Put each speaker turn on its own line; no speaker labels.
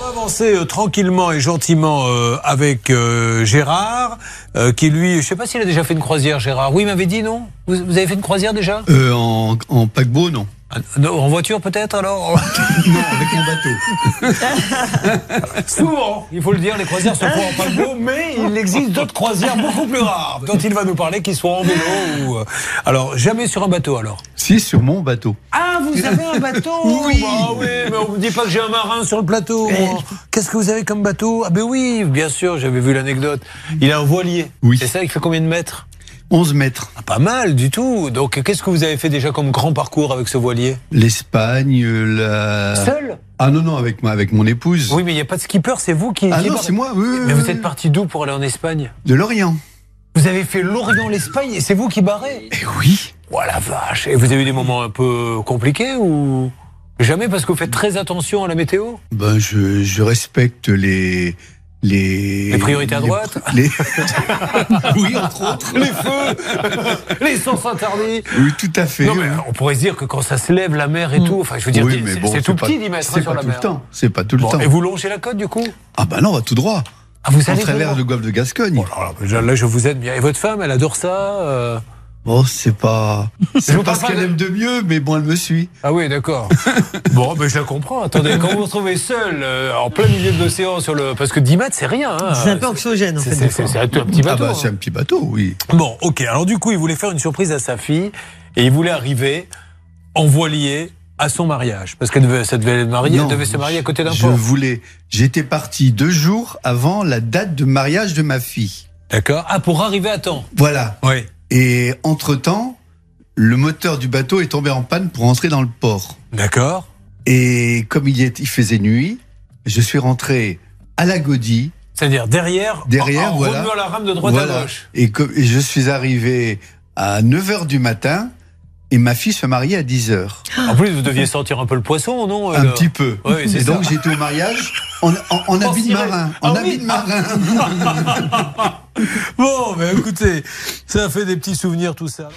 commencer euh, tranquillement et gentiment euh, avec euh, Gérard, euh, qui lui, je ne sais pas s'il a déjà fait une croisière, Gérard. Oui, il m'avait dit non vous, vous avez fait une croisière déjà
Euh, en, en paquebot, non.
Ah, non, En voiture peut-être alors
Non, avec mon bateau.
Souvent, il faut le dire, les croisières se font en paquebot, mais il existe d'autres croisières beaucoup plus rares dont il va nous parler, qu'ils soient en vélo ou. euh, Alors, jamais sur un bateau alors
Si, sur mon bateau.
Ah, vous avez un bateau
Oui.
Ah oui, mais on ne me dit pas que j'ai un marin sur le plateau. moi. Qu'est-ce que vous avez comme bateau Ah ben oui, bien sûr, j'avais vu l'anecdote. Il a un voilier.
Oui.
C'est ça, il fait combien de mètres
11 mètres.
Ah, Pas mal du tout. Donc, qu'est-ce que vous avez fait déjà comme grand parcours avec ce voilier
L'Espagne, la.
Seul
Ah non, non, avec, ma, avec mon épouse.
Oui, mais il n'y a pas de skipper, c'est vous qui...
Ah
qui
non,
part-
c'est moi, oui, oui,
Mais
oui,
vous
oui.
êtes parti d'où pour aller en Espagne
De l'Orient.
Vous avez fait l'Orient, l'Espagne, et c'est vous qui barrez
Eh oui.
Oh la vache Et vous avez eu des moments un peu compliqués ou... Jamais parce que vous faites très attention à la météo
Ben, je, je respecte les. Les,
Les priorités à droite
les- Oui, entre autres.
Les feux Les sens interdits
Oui, tout à fait.
Non, mais on pourrait se dire que quand ça se lève, la mer
Mm.
et tout, enfin, je veux dire,
Oui,
c'est-
mais
c'est
bon,
c'est tout
pas-
petit d'y mettre hein,
C'est
sur
pas
la
tout le
mer.
temps. C'est pas tout le
Bon,
temps.
et vous longez la côte, du coup
Ah ben non, on va tout droit.
Ah, vous
On
allez
traverse
voir.
le golfe de Gascogne.
Oh là là, déjà, là, je vous aide bien. Et votre femme, elle adore ça euh
Bon, Oh, c'est pas.
Je
C'est
vous
pas
parle
ce
pas
qu'elle
de-
aime de mieux, mais bon, elle me suit.
Ah oui, d'accord. bon, mais je la comprends. Attendez, quand vous vous retrouvez seul, euh, en plein milieu de l'océan, sur le... parce que 10 mètres, c'est rien. hein.
C'est un peu anxiogène, en
C'est-
fait.
c'est-
des
C'est
fois.
c'est un tout- un petit
Ah
bateau.
bah,
hein.
c'est un petit bateau, oui.
Bon, ok. Alors du coup, il voulait faire une surprise à sa fille et il voulait arriver en voilier à son mariage parce qu'elle devait, ça devait être mariée,
Non,
elle devait se marier à côté d'un
Je
port.
voulais. J'étais parti deux jours avant la date de mariage de ma fille.
D'accord. Ah, pour arriver à temps.
Voilà.
Oui.
Et entre-temps, le moteur du bateau est tombé en panne pour entrer dans le port.
D'accord.
Et comme il, y est, il faisait nuit, je suis rentré à la Godie.
C'est-à-dire derrière,
Derrière,
en, en
voilà.
remuant la rame de droite à
Voilà.
gauche.
Et, comme- et je suis arrivé à 9h du matin et ma fille se mariait à 10h.
En plus, vous deviez sentir un peu le poisson, non
Un
alors
petit peu.
Oui, c'est
et
ça.
donc j'étais au mariage en, en- en habit de
ciré.
marin.
Ah
En
oui.
habit de marin.
Bon, mais écoutez, ça fait des petits souvenirs tout ça.